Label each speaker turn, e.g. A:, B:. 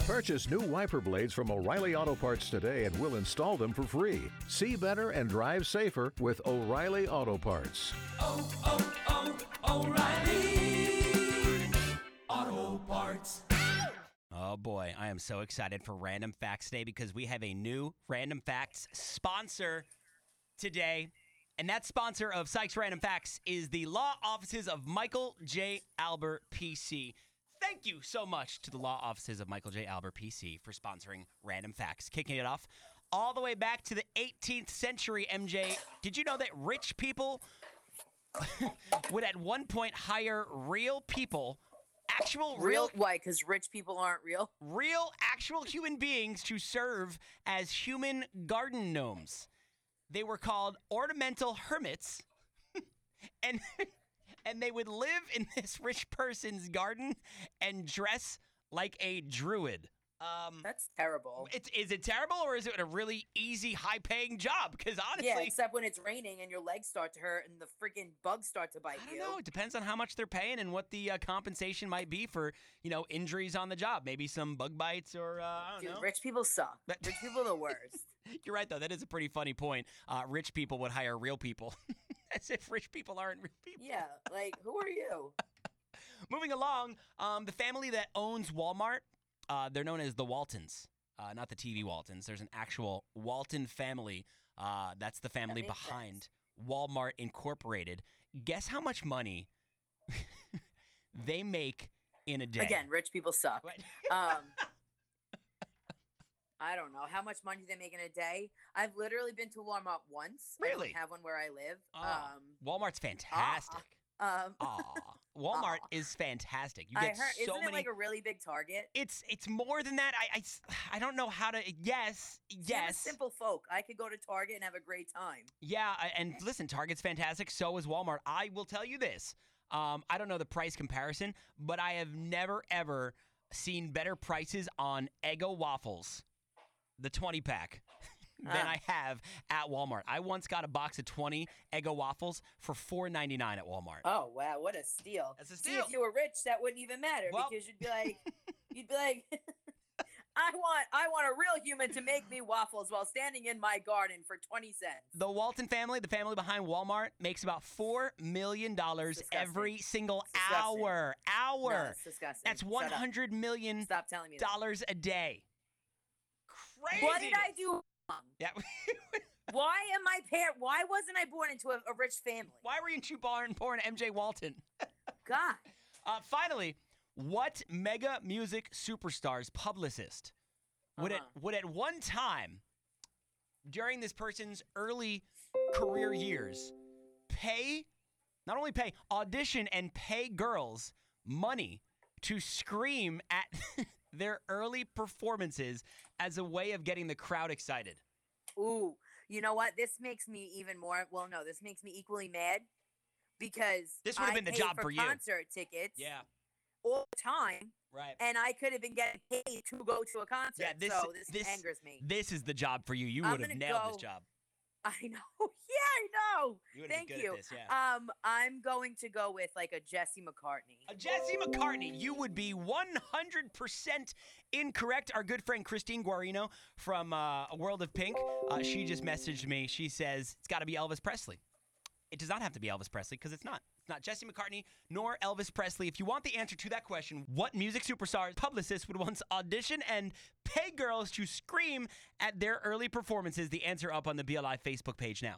A: Purchase new wiper blades from O'Reilly Auto Parts today and we'll install them for free. See better and drive safer with O'Reilly Auto Parts.
B: oh, oh, O'Reilly. Auto parts.
C: Oh boy, I am so excited for Random Facts Day because we have a new Random Facts sponsor today. And that sponsor of Sykes Random Facts is the law offices of Michael J. Albert PC. Thank you so much to the law offices of Michael J. Albert PC for sponsoring Random Facts. Kicking it off all the way back to the 18th century, MJ. Did you know that rich people would at one point hire real people, actual
D: Real?
C: real Mm.
D: Why? Because rich people aren't real.
C: real, actual human beings to serve as human garden gnomes. They were called ornamental hermits, and and they would live in this rich person's garden and dress like a druid. Um,
D: That's terrible.
C: It's, is it terrible or is it a really easy, high-paying job? Because honestly,
D: Yeah, except when it's raining and your legs start to hurt and the freaking bugs start to bite
C: I
D: you.
C: don't know. It depends on how much they're paying and what the uh, compensation might be for you know injuries on the job. Maybe some bug bites or uh, I don't
D: Dude,
C: know.
D: rich people suck.
C: That-
D: Rich people are the worst.
C: You're right, though. That is a pretty funny point. Uh, rich people would hire real people, as if rich people aren't real people.
D: yeah, like who are you?
C: Moving along, um, the family that owns Walmart, uh, they're known as the Waltons, uh, not the TV Waltons. There's an actual Walton family. Uh, that's the family
D: makes
C: behind Walmart Incorporated. Guess how much money they make in a day?
D: Again, rich people suck.
C: What?
D: Um, I don't know how much money they make in a day. I've literally been to Walmart once. I don't
C: Really? Oh.
D: have one where I live.
C: Aw,
D: Um,
C: Walmart's fantastic.
D: um,
C: Aw, Walmart is fantastic. Oh, You
D: I
C: get
D: heard
C: so
D: isn't
C: many.
D: it like a really big Target?
C: it's it's more than that. I, I s- I don't know how to. Yes,
D: See, I'm a
C: yes,
D: simple folk. I could go to Target and have a great time.
C: yeah. I- And listen, Target's fantastic. So is Walmart. I will tell you this. Um, I don't know the price comparison, but I have never ever seen better prices on Eggo waffles, the twenty pack. Than
D: Ah.
C: I have at Walmart. I once got a box of twenty Eggo waffles for four ninety nine at Walmart.
D: Oh wow, what a steal!
C: That's a
D: See,
C: steal.
D: if you were rich, that wouldn't even matter
C: Well-
D: because you'd be like, you'd be like, I want, I want a real human to make me waffles while standing in my garden for twenty cents.
C: The Walton family, the family behind Walmart, makes about four million dollars
D: Disgusting.
C: every single
D: disgusting.
C: hour. Hour.
D: No, it's disgusting.
C: That's
D: Shut
C: one
D: up.
C: hundred million
D: Stop telling me that.
C: dollars a day. Crazy.
D: What did I do? wrong?
C: Yeah.
D: Why am I parent? Why wasn't I born into a, a rich family?
C: Why were you too born born MJ Walton?
D: God,
C: Uh, finally, what mega music superstars publicist would at would at one time during this person's early career years pay not only pay audition and pay girls money to scream at their early performances as a way of getting the crowd excited.
D: ooh, you know what? This makes me even more. Well, no, this makes me equally mad because
C: This would've
D: I
C: been the
D: pay
C: job
D: for,
C: for you.
D: concert tickets. all the time.
C: right.
D: and I could have been getting paid to go to a concert.
C: yeah, this,
D: so this, angers me.
C: This is the job for you. You
D: I'm
C: would have
D: gonna
C: nailed this
D: go-
C: job.
D: I know. Yeah, I know.
C: You would've been
D: Thank
C: good at
D: you.
C: this, yeah.
D: Um, I'm going to go with like a Jesse McCartney.
C: Uh, Jesse McCartney, you would be 100% incorrect. Our good friend Christine Guarino from uh, A World of Pink, uh, she just messaged me. She says it's got to be Elvis Presley. It does not have to be Elvis Presley because it's not. It's not Jesse McCartney nor Elvis Presley. If you want the answer to that question, what music superstar publicist would once audition and pay girls to scream at their early performances? The answer up on the BLI Facebook page now.